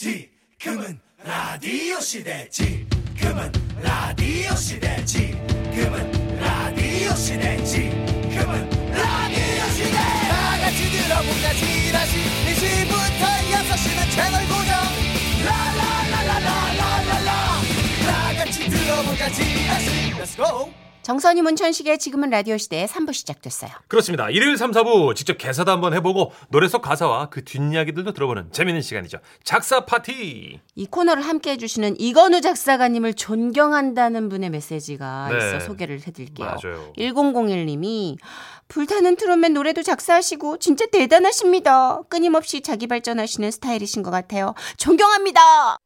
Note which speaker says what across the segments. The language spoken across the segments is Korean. Speaker 1: 지금은 라디오 시대 지금은 라디오 시대 지금은 라디오 시대 지금은 라디오 시대 다 같이 들어보자 지라시 1시부터 6시는 채널 고정 라라라라라라라라 다 같이 들어보자 지라시 Let's go
Speaker 2: 정선이 문천식의 지금은 라디오 시대의 3부 시작됐어요.
Speaker 3: 그렇습니다. 일요일 3, 4부 직접 개사도 한번 해보고 노래 속 가사와 그 뒷이야기들도 들어보는 재밌는 시간이죠. 작사 파티.
Speaker 2: 이 코너를 함께 해주시는 이건우 작사가님을 존경한다는 분의 메시지가
Speaker 3: 네.
Speaker 2: 있어 소개를 해드릴게요.
Speaker 3: 맞아요.
Speaker 2: 1001님이 불타는 트롯맨 노래도 작사하시고 진짜 대단하십니다. 끊임없이 자기 발전하시는 스타일이신 것 같아요. 존경합니다.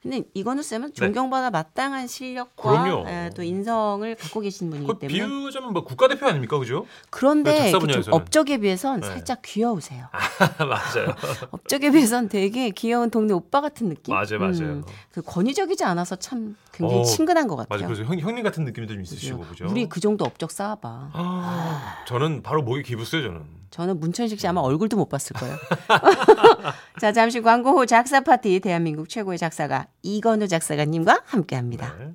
Speaker 2: 근데 이건우 쌤은 존경받아 마땅한 실력과
Speaker 3: 네. 그럼요.
Speaker 2: 예, 또 인성을 갖고 계신 분이기
Speaker 3: 그
Speaker 2: 때문에
Speaker 3: 비유자면 뭐 국가대표 아닙니까? 그죠? 네,
Speaker 2: 그런데
Speaker 3: 작사
Speaker 2: 이렇게 좀
Speaker 3: 분야에서는.
Speaker 2: 업적에 비해선
Speaker 3: 네.
Speaker 2: 살짝 귀여우세요.
Speaker 3: 맞아요.
Speaker 2: 음. 업적에 비해선 되게 귀여운 동네 오빠 같은 느낌.
Speaker 3: 맞아요, 맞아요.
Speaker 2: 그 권위적이지 않아서 참 굉장히
Speaker 3: 어,
Speaker 2: 친근한 것 같아요.
Speaker 3: 맞아요. 그래서 형, 형님 같은 느낌이 좀
Speaker 2: 그죠?
Speaker 3: 있으시고, 그죠?
Speaker 2: 우리 그 정도 업적 쌓아봐.
Speaker 3: 아, 저는 바로 목에 기부스요 저는.
Speaker 2: 저는 문천식 씨 아마 얼굴도 못 봤을 거예요. 자, 잠시 광고 후 작사 파티 대한민국 최고의 작사가 이건우 작사가님과 함께합니다.
Speaker 3: 네.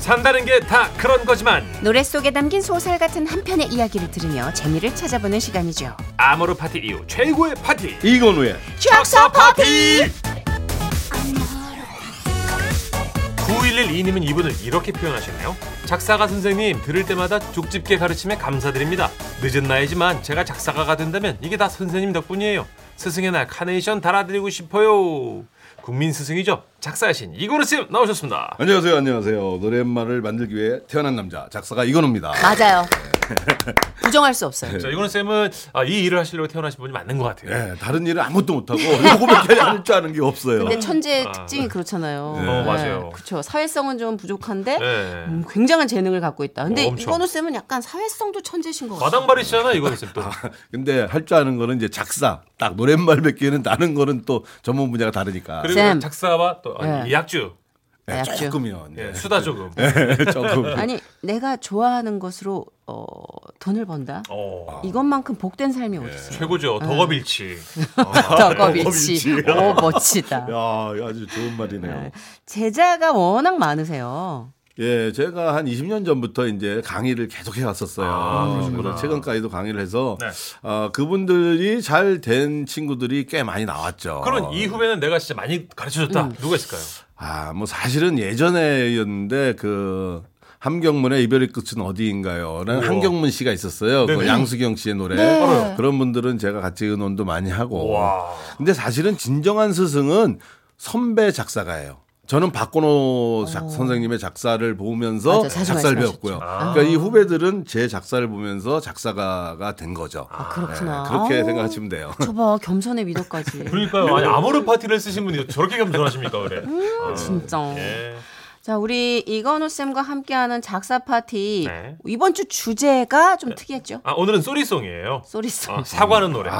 Speaker 3: 산다는 게 다 그런 거지만
Speaker 2: 노래 속에 담긴 소설 같은 한 편의 이야기를 들으며 재미를 찾아보는 시간이죠.
Speaker 3: 아모르 파티 이후 최고의 파티
Speaker 4: 이건우의
Speaker 2: 작사 파티!
Speaker 3: 9112님은 이분을 이렇게 표현하시네요. 작사가 선생님 들을 때마다 족집게 가르침에 감사드립니다. 늦은 나이지만 제가 작사가가 된다면 이게 다 선생님 덕분이에요. 스승의 날 카네이션 달아드리고 싶어요. 국민 스승이죠. 작사의 신 이건우 쌤 나오셨습니다.
Speaker 4: 안녕하세요 안녕하세요 노랫말을 만들기 위해 태어난 남자 작사가 이건우입니다
Speaker 2: 맞아요. 부정할 수 없어요.
Speaker 3: 자 이건우 쌤은 아, 이 일을 하시려고 태어나신 분이 맞는 것 같아요.
Speaker 4: 예, 다른 일을 아무것도 못하고 요거밖에 할 줄 아는 게 없어요
Speaker 2: 근데 천재
Speaker 3: 아.
Speaker 2: 특징이 그렇잖아요.
Speaker 3: 어, 맞아요.
Speaker 2: 그렇죠. 사회성은 좀 부족한데
Speaker 3: 네.
Speaker 2: 음, 굉장한 재능을 갖고 있다. 근데
Speaker 3: 어, 엄청.
Speaker 2: 이건우 쌤은 약간 사회성도 천재신 것 같아요.
Speaker 3: 마당발이시잖아 이건우 쌤 또.
Speaker 4: 근데 할 줄 아는 거는 이제 작사 딱 노랫말 몇 개는 다른 거는 또 전문 분야가 다르니까
Speaker 3: 그리고
Speaker 2: 쌤.
Speaker 3: 작사와 또 아니,
Speaker 2: 네.
Speaker 3: 이학주
Speaker 4: 예,
Speaker 2: 약주.
Speaker 4: 조금이요
Speaker 3: 예,
Speaker 4: 예,
Speaker 3: 수다 조금.
Speaker 4: 조금
Speaker 2: 아니 내가 좋아하는 것으로 어, 돈을 번다.
Speaker 3: 어,
Speaker 2: 이것만큼 복된 삶이 어디 있어요?
Speaker 3: 최고죠. 덕업일치.
Speaker 2: 음. 덕업일치.
Speaker 4: 덕업일치.
Speaker 2: 오 멋지다.
Speaker 4: 야 이거 아주 좋은 말이네요
Speaker 2: 제자가 워낙 많으세요.
Speaker 4: 예, 제가 한 20년 전부터 이제 강의를 계속 해왔었어요. 그래서 최근까지도 강의를 해서
Speaker 3: 네.
Speaker 4: 어, 그분들이 잘 된 친구들이 꽤 많이 나왔죠.
Speaker 3: 그런 이 후배는 내가 진짜 많이 가르쳐줬다.
Speaker 2: 음.
Speaker 3: 누가 있을까요?
Speaker 4: 아, 뭐 사실은 예전에였는데 그 함경문의 이별의 끝은 어디인가요? 라는
Speaker 3: 우와.
Speaker 4: 함경문 씨가 있었어요. 그
Speaker 3: 네네.
Speaker 4: 양수경 씨의 노래. 그런 분들은 제가 같이 의논도 많이 하고.
Speaker 3: 와.
Speaker 4: 근데 사실은 진정한 스승은 선배 작사가예요. 저는 박건호 작- 선생님의 작사를 보면서
Speaker 2: 어. 맞아, 자주
Speaker 4: 작사를
Speaker 2: 말씀하셨죠.
Speaker 4: 배웠고요. 그러니까 이 후배들은 제 작사를 보면서 작사가가 된 거죠.
Speaker 2: 아, 그렇구나.
Speaker 4: 네, 그렇게
Speaker 2: 아우,
Speaker 4: 생각하시면 돼요.
Speaker 2: 저봐 겸손의 미덕까지.
Speaker 3: 그러니까요. 아니 아모르 파티를 쓰신 분이 저렇게 겸손하십니까 그래?
Speaker 2: 음.
Speaker 3: 아,
Speaker 2: 진짜.
Speaker 3: 예.
Speaker 2: 자, 우리 이건우 쌤과 함께하는 작사 파티
Speaker 3: 네.
Speaker 2: 이번 주 주제가 좀 특이했죠.
Speaker 3: 아 오늘은 쏘리송이에요.
Speaker 2: 쏘리송.
Speaker 3: 아, 사과는 노래.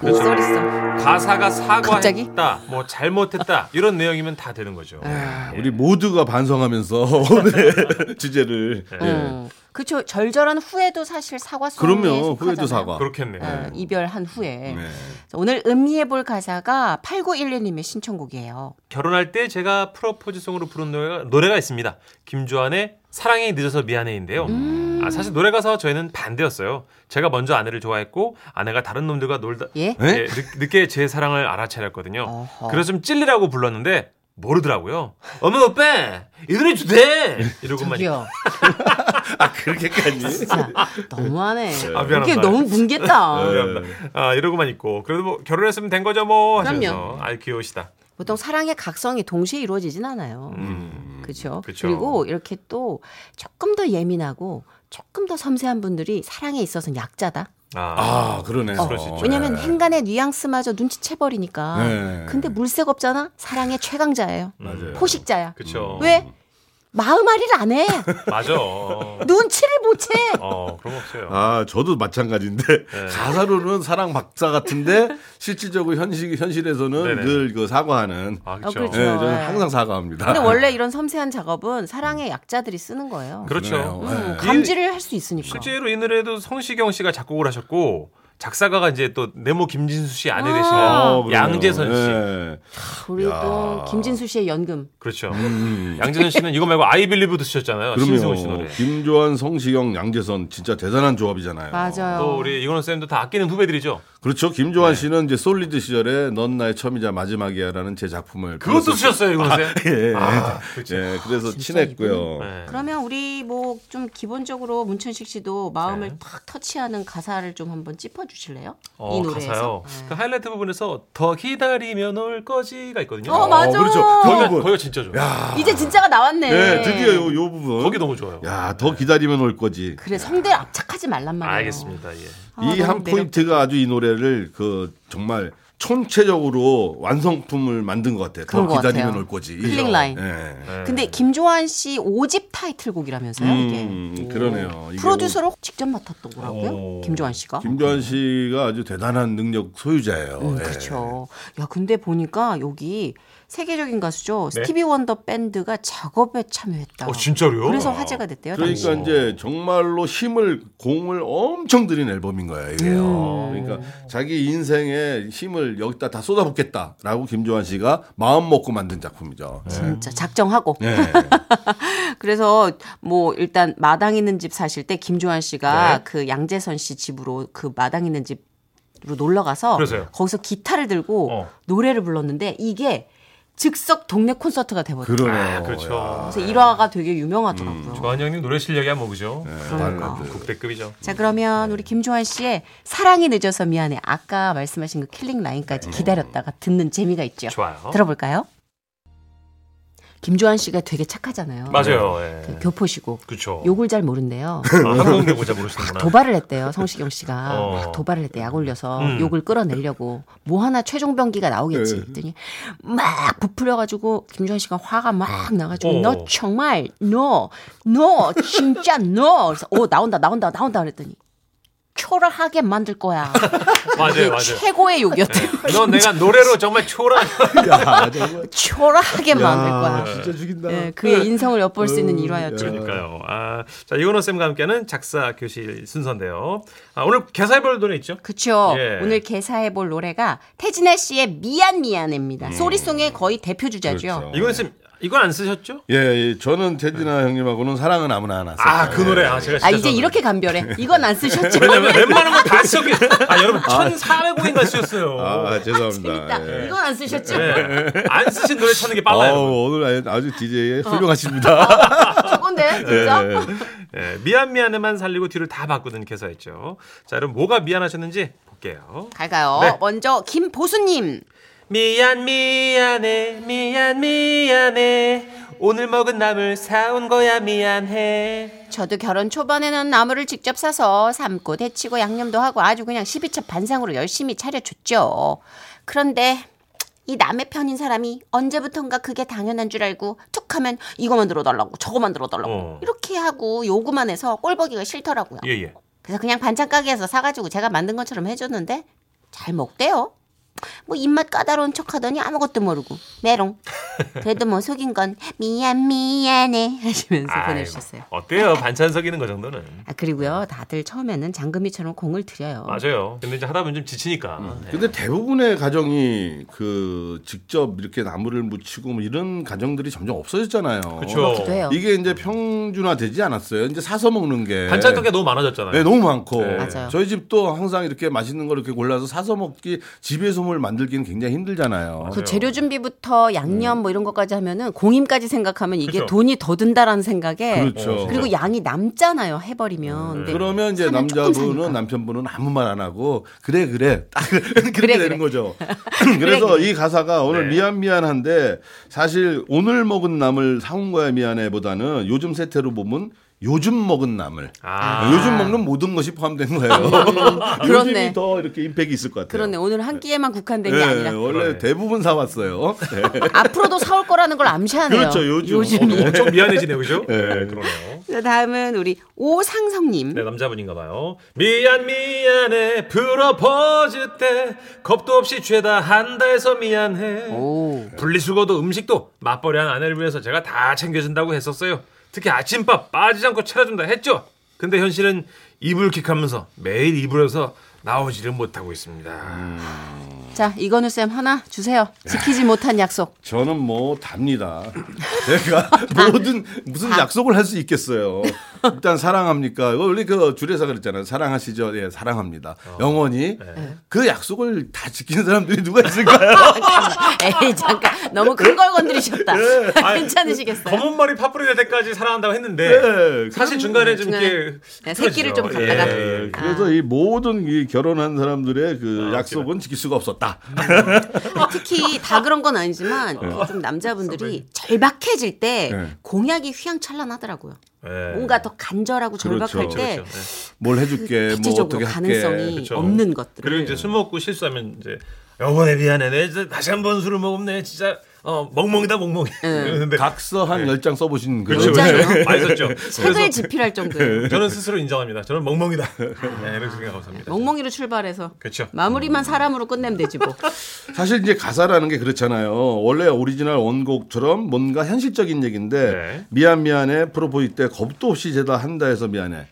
Speaker 3: 그렇죠.
Speaker 2: 쏘리송.
Speaker 3: 가사가
Speaker 2: 갑자기?
Speaker 3: 사과했다, 뭐 잘못했다 이런 내용이면 다 되는 거죠.
Speaker 2: 아.
Speaker 3: 예.
Speaker 4: 우리 모두가 반성하면서 오늘의 주제를.
Speaker 3: 네.
Speaker 4: 예.
Speaker 2: 음. 그렇죠. 절절한 후회도 사실 사과 속에
Speaker 4: 그럼요.
Speaker 2: 속하잖아요.
Speaker 4: 후회도 사과.
Speaker 3: 그렇겠네요.
Speaker 2: 어, 이별한 후에
Speaker 4: 네.
Speaker 2: 자, 오늘 음미해볼 가사가 8911님의 신청곡이에요.
Speaker 3: 결혼할 때 제가 프로포즈송으로 부른 노래가, 노래가 있습니다. 김주환의 사랑이 늦어서 미안해인데요.
Speaker 2: 음.
Speaker 3: 아, 사실 노래 가서 저희는 반대였어요. 제가 먼저 아내를 좋아했고 아내가 다른 놈들과 놀다
Speaker 2: 예?
Speaker 3: 예, 늦, 늦게 제 사랑을 알아차렸거든요.
Speaker 2: 어허.
Speaker 3: 그래서 좀 찔리라고 불렀는데 모르더라고요. 어머 오빠 이 노래 주대 이러고만
Speaker 2: 저기요.
Speaker 4: 아, 그렇게까지?
Speaker 2: 진짜 너무하네.
Speaker 3: 아, 미안합니다.
Speaker 2: 이게 너무 뭉갰다.
Speaker 4: 네.
Speaker 3: 있- 아 이러고만 있고 그래도 뭐 결혼했으면 된 거죠 뭐 하면서
Speaker 2: 그럼요.
Speaker 3: 아 귀여우시다.
Speaker 2: 보통 사랑의 각성이 동시에 이루어지진 않아요.
Speaker 3: 음.
Speaker 4: 음.
Speaker 2: 그렇죠.
Speaker 3: 그쵸.
Speaker 2: 그리고 이렇게 또 조금 더 예민하고 조금 더 섬세한 분들이 사랑에 있어서는 약자다.
Speaker 3: 아,
Speaker 4: 아, 그러네요.
Speaker 3: 그럴 수 있죠.
Speaker 2: 어, 왜냐면 행간의 뉘앙스마저 눈치채 버리니까.
Speaker 4: 네.
Speaker 2: 근데 물색 없잖아. 사랑의 최강자예요.
Speaker 4: 맞아요.
Speaker 3: 그,
Speaker 4: 음.
Speaker 2: 포식자야.
Speaker 3: 그렇죠.
Speaker 2: 왜? 마음 할일 안 해.
Speaker 3: 맞아. 어,
Speaker 2: 눈치를 못 채.
Speaker 3: 어, 그런 거 없어요.
Speaker 4: 아, 저도 마찬가지인데
Speaker 3: 네.
Speaker 4: 가사로는 사랑 박사 같은데 실질적으로 현실 현실에서는
Speaker 3: 네네.
Speaker 4: 늘 그 사과하는.
Speaker 3: 아,
Speaker 2: 어,
Speaker 3: 그렇죠.
Speaker 2: 그렇죠.
Speaker 4: 예, 저는
Speaker 2: 네.
Speaker 4: 항상 사과합니다.
Speaker 2: 근데 원래 이런 섬세한 작업은 사랑의 약자들이 쓰는 거예요.
Speaker 3: 그렇죠.
Speaker 4: 그러네요. 네.
Speaker 2: 음, 감지를 할 수 있으니까.
Speaker 3: 실제로 이 노래도 성시경 씨가 작곡을 하셨고 작사가가 이제 또 네모 김진수 씨 아내 되시는
Speaker 4: 어, 그래요.
Speaker 3: 양재선 씨.
Speaker 4: 예.
Speaker 2: 아, 우리 또 김진수 씨의 연금.
Speaker 3: 그렇죠. 양재선 씨는 이거 말고 아이빌리브 드셨잖아요. 신승훈 씨
Speaker 4: 음, 그럼요.
Speaker 3: 노래.
Speaker 4: 김조한, 성시경, 양재선 진짜 대단한 조합이잖아요.
Speaker 2: 맞아요.
Speaker 3: 또 우리 이건호 쌤도 다 아끼는 후배들이죠.
Speaker 4: 그렇죠. 김조한
Speaker 3: 네.
Speaker 4: 씨는 이제 솔리드 시절에 넌 나의 처음이자 마지막이야라는 제 작품을
Speaker 3: 그것도
Speaker 4: 불렀었죠.
Speaker 3: 쓰셨어요, 이건호 쌤.
Speaker 4: 예.
Speaker 3: 아, 그렇죠.
Speaker 4: 예, 그래서
Speaker 2: 진짜
Speaker 4: 친했고요.
Speaker 3: 네.
Speaker 2: 그러면 우리 뭐 좀 기본적으로 문천식 씨도 마음을
Speaker 3: 네.
Speaker 2: 탁 터치하는 가사를 좀 한번 짚어 주실래요?
Speaker 3: 어,
Speaker 2: 이 노래에서. 네.
Speaker 3: 가사요. 그 하이라이트 부분에서 더 기다리면 올 거지가 있거든요. 그러니까
Speaker 2: 어, 맞아.
Speaker 4: 그렇죠.
Speaker 3: 거기가,
Speaker 4: 그 부분.
Speaker 3: 거기가 진짜 좋아요.
Speaker 2: 네. 이제 진짜가 나왔네.
Speaker 4: 예, 드디어 요, 요 부분.
Speaker 3: 거기 너무 좋아요.
Speaker 4: 야, 더 기다리면 올 거지.
Speaker 2: 그래 성대 압착하지 말란 말이에요.
Speaker 3: 알겠습니다. 예.
Speaker 2: 아,
Speaker 4: 이
Speaker 2: 너무
Speaker 4: 한 포인트가 아주 이 노래를 그 정말 총체적으로 완성품을 만든 것 같아요.
Speaker 2: 그런
Speaker 4: 더
Speaker 2: 것
Speaker 4: 기다리면
Speaker 2: 같아요.
Speaker 4: 올 거지.
Speaker 2: 클릭
Speaker 4: 이죠.
Speaker 2: 라인.
Speaker 4: 예.
Speaker 3: 네.
Speaker 2: 근데 김조한 씨 5집 타이틀곡이라면서요,
Speaker 4: 음,
Speaker 2: 이게.
Speaker 4: 그러네요. 이게 뭐
Speaker 2: 프로듀서로 직접 맡았던 거라고요?
Speaker 3: 오.
Speaker 2: 김조한 씨가?
Speaker 4: 김조한 씨가 아주 대단한 능력 소유자예요.
Speaker 2: 음,
Speaker 4: 예.
Speaker 2: 그렇죠. 야, 근데 보니까 여기 세계적인 가수죠.
Speaker 3: 네?
Speaker 2: 스티비 원더 밴드가 작업에 참여했다.
Speaker 3: 어, 진짜로요?
Speaker 2: 그래서 화제가 됐대요. 당시.
Speaker 4: 그러니까 이제 정말로 힘을 공을 엄청 들인 앨범인 거예요 이게요.
Speaker 2: 음.
Speaker 4: 그러니까 자기 인생의 힘을 여기다 다 쏟아붓겠다라고 김조한 씨가 마음 먹고 만든 작품이죠.
Speaker 2: 진짜 작정하고.
Speaker 4: 네.
Speaker 2: 그래서 뭐 일단 마당 있는 집 사실 때 김조한 씨가
Speaker 3: 네.
Speaker 2: 그 양재선 씨 집으로 그 마당 있는 집으로 놀러 가서
Speaker 3: 그래서요?
Speaker 2: 거기서 기타를 들고
Speaker 3: 어.
Speaker 2: 노래를 불렀는데 이게 즉석 동네 콘서트가 돼버렸어요.
Speaker 4: 그러네요.
Speaker 3: 아, 그렇죠.
Speaker 2: 그래서 일화가 되게 유명하더라고요.
Speaker 3: 조한 형님 노래 실력이 한번 보죠. 아,
Speaker 2: 그러니까.
Speaker 3: 국대급이죠.
Speaker 2: 자 그러면 우리 김조한 씨의 사랑이 늦어서 미안해 아까 말씀하신 그 킬링 라인까지 기다렸다가 듣는 재미가 있죠.
Speaker 3: 음. 좋아요.
Speaker 2: 들어볼까요? 김조한 씨가 되게 착하잖아요.
Speaker 3: 맞아요.
Speaker 2: 그
Speaker 3: 예.
Speaker 2: 교포시고
Speaker 3: 그렇죠.
Speaker 2: 욕을 잘 모른대요.
Speaker 3: 아, 한국대 보자 모르시는구나.
Speaker 2: 도발을 했대요. 성시경 씨가
Speaker 3: 아. 어.
Speaker 2: 막 도발을 했대. 약 올려서
Speaker 3: 음.
Speaker 2: 욕을 끌어내려고 뭐 하나 최종병기가 나오겠지.
Speaker 4: 네.
Speaker 2: 했더니 막 부풀려가지고 김주현 씨가 화가 막 나가지고
Speaker 3: 어.
Speaker 2: 너 정말 너너 진짜 너. 그래서 오 나온다 나온다 나온다 그랬더니 초라하게 만들 거야.
Speaker 3: 맞아요,
Speaker 2: 이게
Speaker 3: 네, 맞아요.
Speaker 2: 최고의 욕이었대요.
Speaker 3: 너 내가 노래로 정말 초라한
Speaker 4: 야, 정말.
Speaker 2: 초라하게 만들
Speaker 4: 야,
Speaker 2: 거야.
Speaker 4: 진짜
Speaker 3: 네.
Speaker 4: 죽인다.
Speaker 2: 예, 그의 인성을 엿볼 수 있는 일화였죠.
Speaker 3: 그러니까요. 아, 자 이건호 쌤과 함께하는 작사 교실 순서인데요. 아, 오늘 개사해볼 노래 있죠?
Speaker 2: 그쵸.
Speaker 3: 예.
Speaker 2: 오늘 개사해 볼 노래가 태진아 씨의 미안 미안입니다. 소리송의 거의 대표 주자죠.
Speaker 4: 음. 그렇죠.
Speaker 3: 이건호 쌤 이건 안 쓰셨죠?
Speaker 4: 예, 예, 저는 태진아 형님하고는 사랑은 아무나 예. 하나.
Speaker 3: 아, 그 노래. 아, 제가
Speaker 2: 아
Speaker 3: 진짜
Speaker 2: 이제
Speaker 3: 좋아하는
Speaker 2: 이렇게 간별해.
Speaker 4: 네.
Speaker 2: 이건 안 쓰셨죠? 네.
Speaker 3: 왜냐면 웬만한 건 다 쓰셨기 아 여러분 1,400곡인가 쓰셨어요.
Speaker 4: 아,
Speaker 2: 재밌다.
Speaker 4: 죄송합니다. 예.
Speaker 2: 이건 안 쓰셨죠?
Speaker 3: 네. 안 쓰신 노래 찾는 게 빨라요.
Speaker 4: 아우, 오늘 아주 DJ 훌륭하십니다.
Speaker 2: 저건데 진짜.
Speaker 4: 예.
Speaker 3: 예, 미안 미안해만 살리고 뒤를 다 바꾸는 개사였죠. 자 그럼 뭐가 미안하셨는지 볼게요.
Speaker 2: 갈까요?
Speaker 3: 네.
Speaker 2: 먼저 김보수님.
Speaker 3: 미안 미안해 미안 미안해 오늘 먹은 나물 사온 거야 미안해
Speaker 2: 저도 결혼 초반에는 나물을 직접 사서 삶고 데치고 양념도 하고 아주 그냥 12첩 반상으로 열심히 차려줬죠. 그런데 이 남의 편인 사람이 언제부턴가 그게 당연한 줄 알고 툭 하면 이거 만들어 달라고 저거 만들어 달라고
Speaker 3: 어.
Speaker 2: 이렇게 하고 요구만 해서 꼴보기가 싫더라고요.
Speaker 3: 예예
Speaker 2: 그래서 그냥 반찬 가게에서 사가지고 제가 만든 것처럼 해줬는데 잘 먹대요. 뭐 입맛 까다로운 척하더니 아무것도 모르고 메롱. 그래도 뭐 속인 건 미안 미안해 하시면서 보내주셨어요.
Speaker 3: 어때요 반찬 석이는 거 정도는
Speaker 2: 아, 그리고요 다들 처음에는 장금이처럼 공을 들여요.
Speaker 3: 맞아요 근데 이제 하다 보면 좀 지치니까
Speaker 2: 음.
Speaker 3: 네.
Speaker 4: 근데 대부분의 가정이 그 직접 이렇게 나무를 묻히고 뭐 이런 가정들이 점점 없어졌잖아요.
Speaker 3: 그쵸.
Speaker 2: 그렇기도 해요.
Speaker 4: 이게 이제 평준화되지 않았어요. 이제 사서 먹는 게
Speaker 3: 반찬 떡이 너무 많아졌잖아요
Speaker 4: 네, 너무 많고
Speaker 3: 네.
Speaker 2: 맞아요.
Speaker 4: 저희 집도 항상 이렇게 맛있는 걸 이렇게 골라서 사서 먹기 집에서 뭘 만들기는 굉장히 힘들잖아요.
Speaker 2: 그 재료 준비부터 양념 뭐 이런 것까지 하면은 공임까지 생각하면 이게
Speaker 3: 그죠.
Speaker 2: 돈이 더 든다라는 생각에
Speaker 4: 그렇죠. 네.
Speaker 2: 리고 양이 남잖아요 해버리면. 근데
Speaker 4: 그러면 이제
Speaker 2: 네. 사면 조금 사니까.
Speaker 4: 남자분은 남편분은 아무 말 안 하고 그래 그래 딱 그렇게
Speaker 2: 그래.
Speaker 4: 되는 거죠. 그래서 이 가사가 오늘
Speaker 3: 네.
Speaker 4: 미안 미안한데 사실 오늘 먹은 남을 사온 거야 미안해보다는 요즘 세태로 보면 요즘 먹은 나물.
Speaker 3: 아.
Speaker 4: 요즘 먹는 모든 것이 포함된 거예요.
Speaker 2: 아, 그렇네.
Speaker 4: 요즘이 더 이렇게 임팩이 있을 것 같아요.
Speaker 2: 그러네. 오늘 한 끼에만 국한된 게
Speaker 4: 예,
Speaker 2: 아니라
Speaker 4: 원래
Speaker 3: 그러네.
Speaker 4: 대부분 사왔어요. 네.
Speaker 2: 앞으로도 사올 거라는 걸 암시하네요.
Speaker 4: 그렇죠, 요즘.
Speaker 2: 요즘이.
Speaker 4: 어,
Speaker 3: 엄청 미안해지네요, 그죠? 네, 그러네요.
Speaker 2: 자, 다음은 우리 오상성님.
Speaker 3: 네, 남자분인가 봐요. 미안, 미안해. 프로포즈 때 겁도 없이 죄다 한다 해서 미안해.
Speaker 2: 오.
Speaker 3: 분리수거도 음식도 맞벌이한 아내를 위해서 제가 다 챙겨준다고 했었어요. 특히 아침밥 빠지지 않고 차려준다 했죠. 근데 현실은 이불킥하면서 매일 이불에서 나오지를 못하고 있습니다.
Speaker 2: 자, 이건우 쌤 하나 주세요. 지키지 못한 약속.
Speaker 4: 저는 뭐 답니다. 제가 모든 무슨 약속을 할 수 있겠어요. 일단 사랑합니까? 이거 원래 그 줄에서 그랬잖아요. 사랑하시죠? 예, 사랑합니다.
Speaker 3: 어.
Speaker 4: 영원히
Speaker 3: 네.
Speaker 4: 그 약속을 다 지키는 사람들이 누가 있을까요?
Speaker 2: 에이, 잠깐. 너무 큰 걸 건드리셨다.
Speaker 3: 아니,
Speaker 2: 괜찮으시겠어요?
Speaker 3: 검은 머리 파뿌리 될 때까지 사랑한다고 했는데
Speaker 4: 네,
Speaker 3: 사실 중간에 좀
Speaker 2: 중간에
Speaker 3: 이렇게
Speaker 2: 네, 새끼를 좀
Speaker 3: 틀어지죠.
Speaker 2: 갖다가.
Speaker 4: 예, 그래서 이 모든 이 결혼한 사람들의 그
Speaker 3: 아,
Speaker 4: 약속은 지킬 수가 없었다.
Speaker 2: 네, 특히 다 그런 건 아니지만 이렇게 좀 남자분들이 절박해질 때
Speaker 4: 네.
Speaker 2: 공약이 휘황찬란하더라고요.
Speaker 3: 예.
Speaker 2: 뭔가 더 간절하고 절박할
Speaker 4: 그렇죠.
Speaker 2: 때
Speaker 3: 그렇죠. 예.
Speaker 4: 뭘 해줄게, 뭐
Speaker 2: 구체적으로
Speaker 4: 어떻게 할게.
Speaker 2: 네. 가능성이
Speaker 3: 그렇죠.
Speaker 2: 없는 것들.
Speaker 3: 그리고 이제 술 먹고 실수하면 이제 여보네 미안해 내 이제 다시 한 번 술을 먹었네 진짜 어 멍멍이다 멍멍이
Speaker 2: 네.
Speaker 3: 이러는데
Speaker 4: 각서 한 열 장 써보신
Speaker 3: 네. 그렇죠
Speaker 4: 거예요.
Speaker 2: 그렇잖아요. 네.
Speaker 3: 그렇죠 많이 썼죠
Speaker 2: 색을 지필할
Speaker 4: 네.
Speaker 2: 정도예요.
Speaker 3: 저는 스스로 인정합니다. 저는 멍멍이다. 네, 이렇게 생각하고 삽니다.
Speaker 2: 멍멍이로 출발해서
Speaker 3: 그렇죠.
Speaker 4: 음.
Speaker 2: 마무리만 사람으로 끝내면 되지 뭐.
Speaker 4: 사실 이제 가사라는 게 그렇잖아요. 원래 오리지널 원곡처럼 뭔가 현실적인 얘기인데
Speaker 3: 네.
Speaker 4: 미안 미안해 프로포즈 때 겁도 없이 제다 한다 해서 미안해.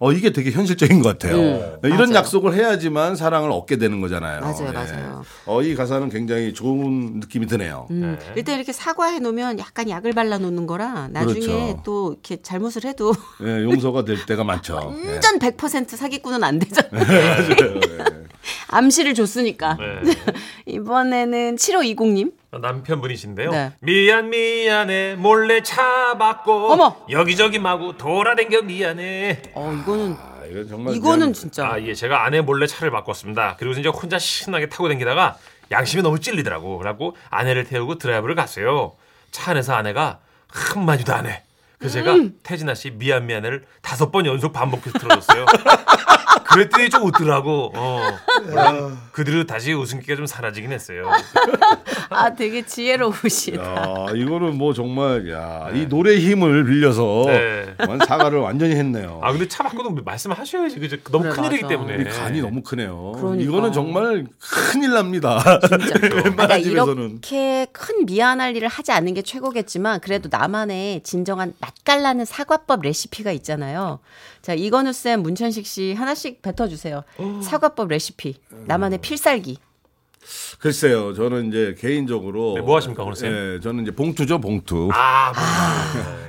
Speaker 4: 어 이게 되게 현실적인 것 같아요. 네,
Speaker 2: 음.
Speaker 4: 이런
Speaker 2: 맞아요.
Speaker 4: 약속을 해야지만 사랑을 얻게 되는 거잖아요. 예.
Speaker 2: 맞아요, 맞아요.
Speaker 4: 어이 가사는 굉장히 좋은 느낌이 드네요.
Speaker 2: 음, 일단 이렇게 사과해 놓으면 약간 약을 발라 놓는 거라 나중에
Speaker 4: 그렇죠.
Speaker 2: 또 이렇게 잘못을 해도
Speaker 4: 예, 용서가 될 때가 많죠. 예.
Speaker 2: 완전 100% 사기꾼은 안 되잖아. 요
Speaker 4: 네, 맞아요. 예.
Speaker 2: 암시를 줬으니까.
Speaker 3: 네.
Speaker 2: 이번에는 7520님.
Speaker 3: 남편분이신데요.
Speaker 2: 네.
Speaker 3: 미안 미안해 몰래 차 받고
Speaker 2: 어머!
Speaker 3: 여기저기 마구 돌아댕겨 미안해.
Speaker 2: 어, 이거는
Speaker 4: 아, 이건 정말
Speaker 2: 이거는
Speaker 4: 그냥
Speaker 2: 진짜
Speaker 3: 아 예, 제가 아내 몰래 차를 바꿨습니다. 그리고 이제 혼자 신나게 타고 댕기다가 양심이 너무 찔리더라고. 라고 아내를 태우고 드라이브를 갔어요. 차 안에서 아내가 한마디도 안 해. 그래서 제가
Speaker 2: 음.
Speaker 3: 태진아 씨 미안 미안해를 다섯 번 연속 반복해서 들어줬어요. 그랬더니 좀 웃더라고. 어. 물론 그 뒤로 다시 웃음기가 좀 사라지긴 했어요.
Speaker 2: 아 되게 지혜로우시다.
Speaker 4: 야, 이거는 뭐 정말 야, 이 노래 힘을 빌려서
Speaker 3: 네.
Speaker 4: 완- 사과를 완전히 했네요.
Speaker 3: 아 근데 차 바꿔도 말씀하셔야지. 그죠? 너무
Speaker 2: 그래,
Speaker 3: 큰일이기
Speaker 2: 네, 맞아.
Speaker 3: 때문에.
Speaker 4: 이 간이 너무 크네요.
Speaker 2: 그러니까.
Speaker 4: 이거는 정말 큰일 납니다.
Speaker 2: 그러니까
Speaker 4: 웬만한 집에서는.
Speaker 2: 이렇게 큰 미안할 일을 하지 않는 게 최고겠지만 그래도 나만의 진정한 맛깔나는 사과법 레시피가 있잖아요. 자 이건우 쌤, 문천식 씨 하나씩 뱉어주세요. 사과법 레시피 나만의 필살기.
Speaker 4: 글쎄요, 저는 이제 개인적으로
Speaker 3: 네, 뭐 하십니까, 오늘 쌤?
Speaker 4: 예, 저는 이제 봉투죠, 봉투.
Speaker 3: 아,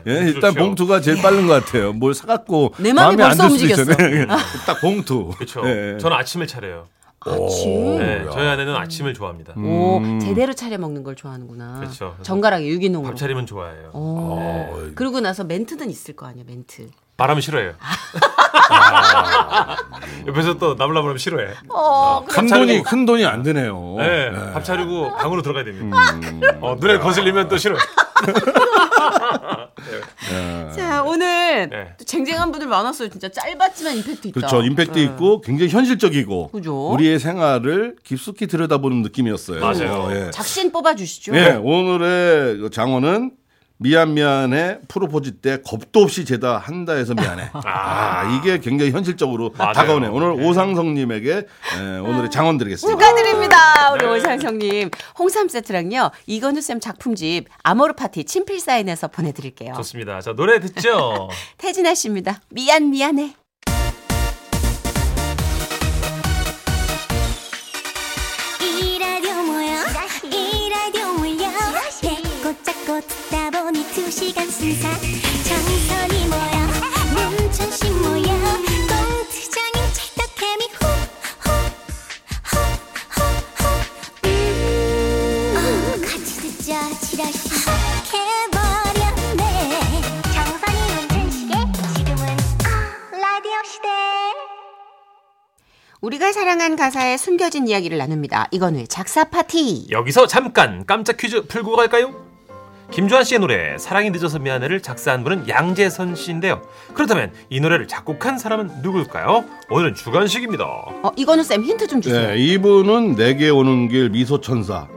Speaker 4: 예, 일단
Speaker 3: 그렇죠.
Speaker 4: 봉투가 제일 빠른 것 같아요. 뭘 사갖고
Speaker 2: 내 마음이
Speaker 4: 마음에 안
Speaker 2: 벌써
Speaker 4: 들 수도
Speaker 2: 움직였어.
Speaker 4: 있잖아요. 딱 봉투.
Speaker 3: 그렇죠.
Speaker 4: 예, 예.
Speaker 3: 저는 아침을 차려요.
Speaker 4: 어.
Speaker 2: 아침.
Speaker 3: 네, 저희 아내는 아침을 좋아합니다.
Speaker 2: 오
Speaker 4: 음.
Speaker 2: 제대로 차려 먹는 걸 좋아하는구나.
Speaker 3: 그렇죠.
Speaker 2: 정갈하게 유기농으로.
Speaker 3: 밥 차리면 좋아해요.
Speaker 4: 어,
Speaker 2: 그러고 나서 멘트는 있을 거 아니야 멘트.
Speaker 3: 바람 싫어해요.
Speaker 2: 아.
Speaker 3: 옆에서 또 나불나불하면 싫어해.
Speaker 2: 어
Speaker 4: 큰 돈이 큰 돈이 안 드네요.
Speaker 3: 네, 밥 차리고 방으로 들어가야 됩니다.
Speaker 2: 음.
Speaker 3: 어, 눈에 거슬리면 또 싫어해.
Speaker 2: 자 오늘
Speaker 3: 네.
Speaker 2: 또 쟁쟁한 분들 많았어요. 진짜 짧았지만 임팩트 있다.
Speaker 4: 그렇죠. 임팩트 있고 굉장히 현실적이고
Speaker 2: 그러니까. 네. 그죠?
Speaker 4: 우리의 생활을 깊숙이 들여다보는 느낌이었어요.
Speaker 3: 맞아요.
Speaker 4: 어, 예.
Speaker 2: 작신 뽑아주시죠.
Speaker 4: 예,
Speaker 3: 네.
Speaker 4: 오늘의 장어는 미안 미안해 프로포즈 때 겁도 없이 제다 한다 해서 미안해. 아, 이게 굉장히 현실적으로
Speaker 3: 맞아요.
Speaker 4: 다가오네요. 오늘 오상성 님에게 예, 오늘의 장원 드리겠습니다.
Speaker 2: 축하드립니다.
Speaker 4: 네.
Speaker 2: 우리 오상성님. 홍삼 세트랑요. 이건우 쌤 작품집 아모르 파티 친필 사인에서 보내드릴게요.
Speaker 3: 좋습니다. 자, 노래 듣죠?
Speaker 2: 태진아 씨입니다. 미안 미안해.
Speaker 5: 이 라디오 뭐야 이 라디오 몰려 내고 짝고 듣다 보니 두 시간 순삭 정선이 뭐야 문천식 뭐야 공투장인 찰떡케미 후후후후 음, 어, 같이 듣자 지라시 해버렸네 정선이 문천식의 지금은 어, 라디오 시대
Speaker 2: 우리가 사랑한 가사에 숨겨진
Speaker 4: 예.
Speaker 2: 이야기를 나눕니다. 이건우의 작사 파티.
Speaker 3: 여기서 잠깐 깜짝 퀴즈 풀고 갈까요? 김주한 씨의 노래 사랑이 늦어서 미안해를 작사한 분은 양재선 씨인데요. 그렇다면 이 노래를 작곡한 사람은 누굴까요? 오늘은 주간식입니다.
Speaker 2: 어, 이건우 쌤 힌트 좀
Speaker 3: 음.
Speaker 2: 주세요.
Speaker 4: 네, 이분은 내게 오는 길 미소 천사.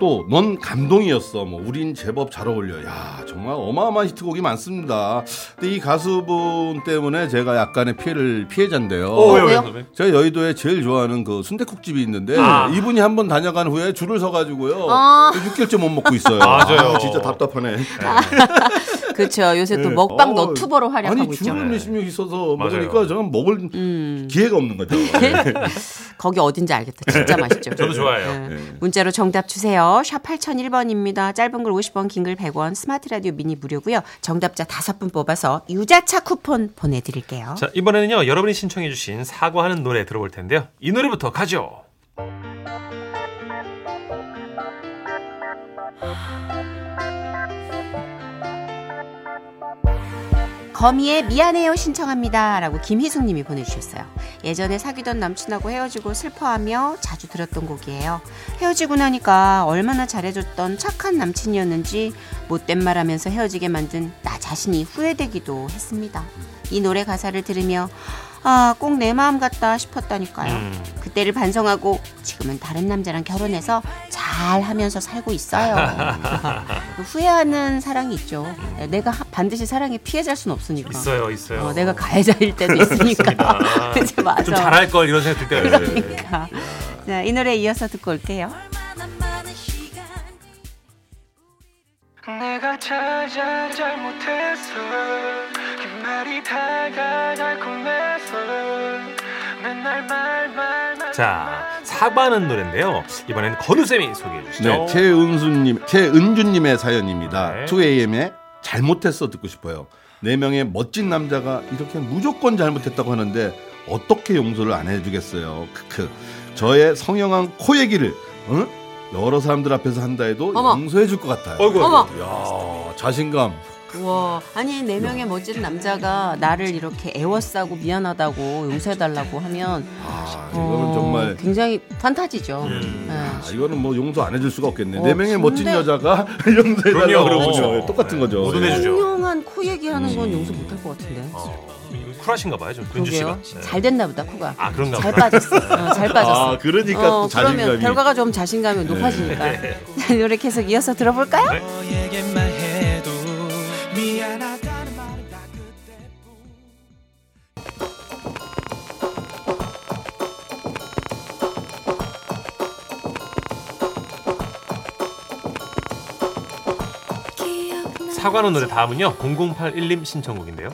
Speaker 4: 또 넌 감동이었어. 뭐 우린 제법 잘 어울려. 야 정말 어마어마한 히트곡이 많습니다. 근데 이 가수분 때문에 제가 약간의 피해를 피해자인데요.
Speaker 3: 오,
Speaker 2: 왜요?
Speaker 4: 제가 여의도에 제일 좋아하는 그 순대국집이 있는데
Speaker 3: 아.
Speaker 4: 이분이 한 번 다녀간 후에 줄을 서가지고요.
Speaker 6: 어.
Speaker 2: 아.
Speaker 4: 6개월째 못 먹고 있어요.
Speaker 3: 맞아요.
Speaker 4: 아, 진짜 답답하네.
Speaker 6: 그렇죠. 요새
Speaker 3: 네.
Speaker 6: 또 먹방
Speaker 4: 어,
Speaker 6: 너튜버로 활약하고 음.
Speaker 4: 아니
Speaker 6: 있죠.
Speaker 4: 줄을 몇십 명 있어서
Speaker 3: 맞아요.
Speaker 4: 먹으니까 저는 먹을 기회가 없는 거죠.
Speaker 6: 거기 어딘지 알겠다. 진짜 맛있죠.
Speaker 3: 네. 저도 좋아해요.
Speaker 6: 네. 문자로 정답 주세요. 샵 8001번입니다. 짧은 글 50원, 긴 글 100원, 스마트 라디오 미니 무료고요. 정답자 5분 뽑아서 유자차 쿠폰 보내드릴게요.
Speaker 3: 자 이번에는요 여러분이 신청해주신 사과하는 노래 들어볼 텐데요. 이 노래부터 가죠.
Speaker 2: 거미의 미안해요 신청합니다. 라고 김희숙 님이 보내주셨어요. 예전에 사귀던 남친하고 헤어지고 슬퍼하며 자주 들었던 곡이에요. 헤어지고 나니까 얼마나 잘해줬던 착한 남친이었는지 못된 말 하면서 헤어지게 만든 나 자신이 후회되기도 했습니다. 이 노래 가사를 들으며 아, 꼭 내 마음 같다 싶었다니까요.
Speaker 3: 음.
Speaker 2: 그때를 반성하고 지금은 다른 남자랑 결혼해서 잘 하면서 살고 있어요. 후회하는 사랑이 있죠. 내가 하- 반드시 사랑의 피해자일 순 없으니까.
Speaker 3: 있어요, 있어요.
Speaker 2: 어, 내가 가해자일 때도 있으니까. 이제 맞아.
Speaker 3: 좀 잘할 걸 이런 생각 들 때가 있어요.
Speaker 2: 그러니까. 자, 이 노래 이어서 듣고 올게요.
Speaker 1: 내가 찾아 잘못했어 이 다가 달콤해서 맨날 말만
Speaker 3: 자 사과하는 노래인데요. 이번에는 건우 쌤이 소개해 주시죠.
Speaker 4: 네, 최은수님, 최은주님의 사연입니다.
Speaker 3: 어. 네.
Speaker 4: 2AM의 잘못했어 듣고 싶어요. 네 명의 멋진 남자가 이렇게 무조건 잘못했다고 하는데 어떻게 용서를 안 해주겠어요. 크크. 저의 성형한 코 얘기를 응? 여러 사람들 앞에서 한다 해도
Speaker 6: 어머.
Speaker 4: 용서해줄 것 같아요.
Speaker 3: 어이구, 어이구.
Speaker 6: 어머.
Speaker 4: 야 자신감.
Speaker 6: 우와. 아니 네 명의 멋진 남자가 나를 이렇게 애워싸고 미안하다고 용서해달라고 하면
Speaker 4: 아,
Speaker 6: 어,
Speaker 4: 이거는 정말.
Speaker 6: 굉장히 판타지죠.
Speaker 4: 아,
Speaker 6: 네.
Speaker 4: 이거는 뭐 용서 안 해줄 수가 없겠네.
Speaker 6: 어,
Speaker 4: 네 명의 멋진
Speaker 6: 근데-
Speaker 4: 여자가 용서해달라고
Speaker 3: 그럼요.
Speaker 4: 그러군요. 똑같은
Speaker 3: 네,
Speaker 4: 거죠.
Speaker 3: 모두 내주죠.
Speaker 6: 훌륭한 코 얘기하는 건 용서 못할 것 같은데.
Speaker 3: 어, 이거 쿨하신가 봐요, 좀 은주 씨가.
Speaker 6: 그러게요.
Speaker 3: 네.
Speaker 6: 잘 됐나 보다 코가.
Speaker 3: 아 그런가
Speaker 6: 잘
Speaker 3: 봐요.
Speaker 6: 빠졌어. 어, 잘 빠졌어.
Speaker 4: 아, 그러니까 또
Speaker 6: 어, 그러면
Speaker 4: 자신감이. 네.
Speaker 6: 결과가 좀 자신감이 높아지니까 이 노래 계속 이어서 들어볼까요?
Speaker 1: 너에게만 해도 미안하다는 말은 다 그때뿐
Speaker 3: 사과는 노래 다음은요 0081님 신청곡인데요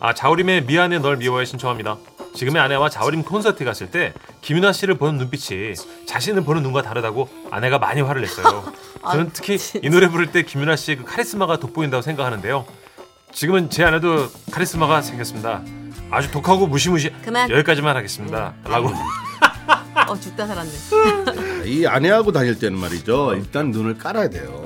Speaker 3: 아 자우림의 미안해 널 미워해 신청합니다 지금의 아내와 자우림 콘서트 갔을 때 김윤아 씨를 보는 눈빛이 자신을 보는 눈과 다르다고 아내가 많이 화를 냈어요
Speaker 6: 아,
Speaker 3: 저는 특히 이 노래 부를 때 김윤아 씨의 그 카리스마가 돋보인다고 생각하는데요 지금은 제 아내도 카리스마가 생겼습니다 아주 독하고 무시무시
Speaker 6: 그만. 음.
Speaker 3: 여기까지만 하겠습니다 라고
Speaker 6: 어 죽다 살았네.
Speaker 4: 이 아내하고 다닐 때는 말이죠. 일단 눈을 깔아야 돼요.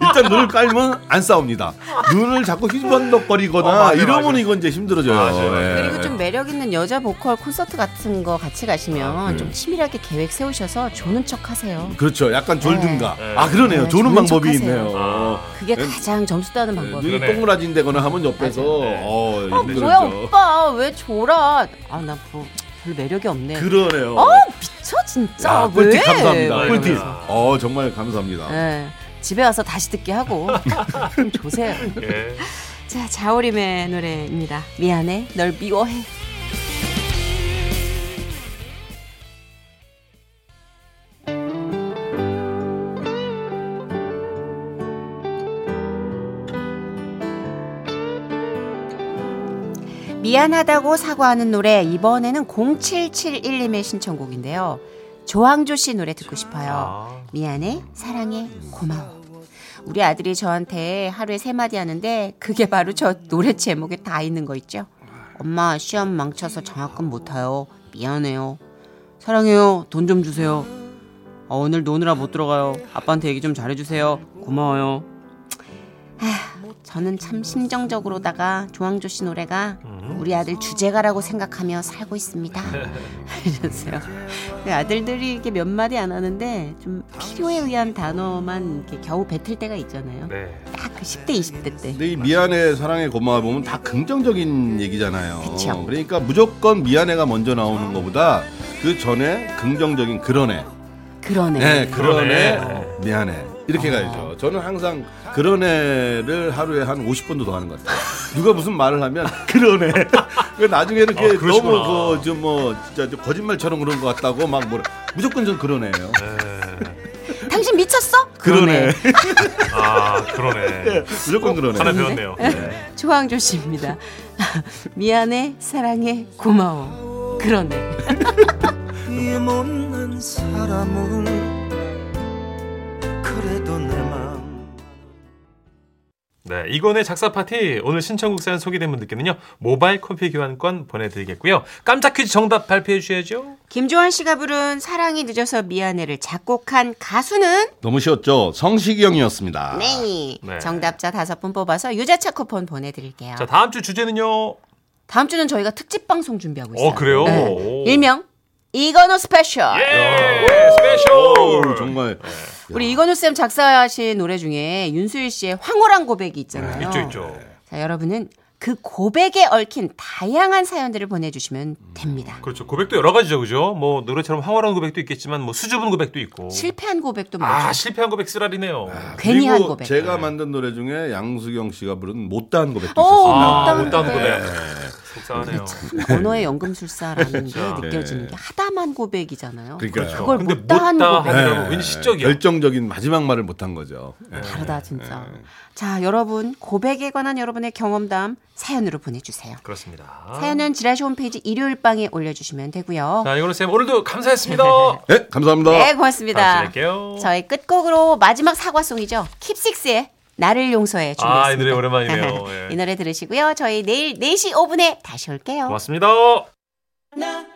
Speaker 4: 일단 눈을 깔면 안 싸웁니다. 눈을 자꾸 휘번덕거리거나
Speaker 3: 어, 맞아요,
Speaker 4: 이러면
Speaker 3: 맞아요.
Speaker 4: 이건 이제 힘들어져요.
Speaker 3: 맞아요.
Speaker 4: 예.
Speaker 6: 그리고 좀 매력 있는 여자 보컬 콘서트 같은 거 같이
Speaker 4: 아, 네.
Speaker 6: 가시면 좀 치밀하게 계획 세우셔서 조는 척 하세요.
Speaker 4: 그렇죠. 약간 졸든가. 아 그러네요.
Speaker 6: 네,
Speaker 4: 조는
Speaker 6: 좋은
Speaker 4: 방법이
Speaker 6: 척하세요.
Speaker 4: 있네요.
Speaker 2: 아,
Speaker 6: 그게 가장 점수 따는
Speaker 4: 네,
Speaker 6: 방법.
Speaker 4: 눈이
Speaker 3: 그러네.
Speaker 4: 동그라진 데거나 하면 옆에서 어, 힘들죠.
Speaker 6: 뭐야 오빠 왜 졸아? 아나 뭐, 별 매력이 없네. 어,
Speaker 4: 그러네요.
Speaker 2: 어?
Speaker 6: 미쳐 진짜
Speaker 4: 야,
Speaker 6: 왜?
Speaker 2: 네.
Speaker 4: 꿀팁 감사합니다.
Speaker 3: 왜?
Speaker 4: 꿀팁.
Speaker 3: 아.
Speaker 4: 어 정말 감사합니다.
Speaker 6: 예. 집에 와서 다시 듣게 하고 좀 조세요. 음.
Speaker 3: 예.
Speaker 6: 자 자오림의 노래입니다. 미안해 널 미워해.
Speaker 2: 미안하다고 사과하는 노래 이번에는 0771님의 신청곡인데요. 조항조 씨 노래 듣고
Speaker 3: 아.
Speaker 2: 싶어요. 미안해, 사랑해, 고마워. 우리 아들이 저한테 하루에 세 마디 하는데 그게 바로 저 노래 제목에 다 있는 거 있죠. 엄마 시험 망쳐서 장학금 못 타요. 미안해요. 사랑해요. 돈 좀 주세요. 어, 오늘 노느라 못 들어가요. 아빠한테 얘기 좀 잘해주세요. 아, 고마워요. 저는 참 심정적으로다가 조항조 씨 노래가
Speaker 4: 음.
Speaker 2: 우리 아들 주제가라고 생각하며 살고 있습니다. 이랬어요. 근데 아들들이 이게 몇 마디 안 하는데 좀 필요에 의한 단어만 이렇게 겨우 뱉을 때가
Speaker 6: 음.
Speaker 2: 있잖아요.
Speaker 3: 네.
Speaker 2: 딱 그 10대 20대 때.
Speaker 4: 근데 이 미안해 사랑해 고마워 보면 다 긍정적인 얘기잖아요.
Speaker 2: 그쵸.
Speaker 4: 러니까 무조건 미안해가 먼저 나오는 것보다 그 전에 긍정적인 그러네.
Speaker 2: 그러네.
Speaker 4: 네, 그러네.
Speaker 3: 그러네.
Speaker 4: 어, 미안해. 이렇게 가야죠. 저는 항상 그러네를 하루에 한 50번도 더 하는 것 같아요. 누가 무슨 말을 하면 그러네. 그 나중에는
Speaker 3: 아,
Speaker 4: 그게
Speaker 3: 그러시구나.
Speaker 4: 너무 그좀뭐 진짜 좀 거짓말처럼 그런 것 같다고 막 뭐라. 무조건 전 그러네요.
Speaker 3: 네.
Speaker 2: 당신 미쳤어?
Speaker 4: 그러네.
Speaker 3: 아 그러네.
Speaker 4: 무조건 그러네.
Speaker 3: 하나 배웠네요.
Speaker 2: 초황조 씨입니다. 미안해, 사랑해, 고마워. 그러네.
Speaker 1: 힘없는 사람을 그래도 내맘
Speaker 3: 네, 이건의 작사 파티 오늘 신청곡 사연 소개된 분들께는요 모바일 커피 교환권 보내드리겠고요 깜짝 퀴즈 정답 발표해 주셔야죠.
Speaker 6: 김조한 씨가 부른 사랑이 늦어서 미안해를 작곡한 가수는
Speaker 4: 너무 쉬웠죠. 성식이 형이었습니다.
Speaker 6: 네.
Speaker 3: 네.
Speaker 6: 정답자 다섯 분 뽑아서 유자차 쿠폰
Speaker 2: 아.
Speaker 6: 보내드릴게요.
Speaker 3: 자 다음 주 주제는요.
Speaker 2: 다음 주는 저희가 특집 방송 준비하고 있어요. 네.
Speaker 3: 어 그래요. 오.
Speaker 2: 일명 이건우 스페셜.
Speaker 3: 예,
Speaker 4: 오,
Speaker 3: 스페셜.
Speaker 4: 정말
Speaker 3: 어.
Speaker 2: 우리 이건우 쌤 작사하신 노래 중에 윤수일 씨의 황홀한 고백이 있잖아요.
Speaker 3: 네,
Speaker 2: 네.
Speaker 3: 있죠 있죠.
Speaker 2: 자, 여러분은 그 고백에 얽힌 다양한 사연들을 보내주시면 됩니다.
Speaker 3: 그렇죠. 고백도 여러 가지죠, 그죠? 뭐 노래처럼 황홀한 고백도 있겠지만 뭐 수줍은 고백도 있고.
Speaker 2: 실패한 아, 고백도 많죠.
Speaker 3: 아 실패한 고백 쓰라리네요.
Speaker 2: 괜히 한
Speaker 4: 그리고
Speaker 2: 고백.
Speaker 4: 제가
Speaker 3: 네.
Speaker 4: 만든 노래 중에 양수경 씨가 부른 못다한 고백도
Speaker 2: 오,
Speaker 4: 있었습니다.
Speaker 3: 아,
Speaker 2: 못다한
Speaker 3: 못다한
Speaker 2: 고백. 네. 그렇죠.
Speaker 3: 고백. 속상하네요. 그렇죠.
Speaker 2: 언어의 연금술사라는 게 느껴지는
Speaker 4: 예.
Speaker 2: 게 하다만 고백이잖아요.
Speaker 4: 그러니까요.
Speaker 2: 그걸
Speaker 3: 근데
Speaker 2: 못다한
Speaker 3: 못다
Speaker 2: 고백.
Speaker 3: 하느라고
Speaker 4: 네.
Speaker 3: 왠지 아, 시적이야.
Speaker 4: 결정적인 마지막 말을 못한 거죠. 예.
Speaker 2: 다르다 진짜. 자, 여러분 고백에 관한 여러분의 경험담 사연으로 보내주세요.
Speaker 3: 그렇습니다.
Speaker 2: 사연은 지라시 홈페이지 일요일 방에 올려주시면 되고요.
Speaker 3: 자 이건우 쌤 오늘도 감사했습니다.
Speaker 4: 네, 감사합니다.
Speaker 2: 네,
Speaker 3: 다음
Speaker 2: 고맙습니다.
Speaker 3: 주에 뵐게요.
Speaker 2: 저희 끝곡으로 마지막 사과송이죠. 킵식스의 나를 용서해 준비했습니다.
Speaker 3: 아, 이 노래 오랜만이네요. 예.
Speaker 2: 네 이 노래 들으시고요. 저희 내일 4시 5분에 다시 올게요.
Speaker 3: 고맙습니다.
Speaker 1: 나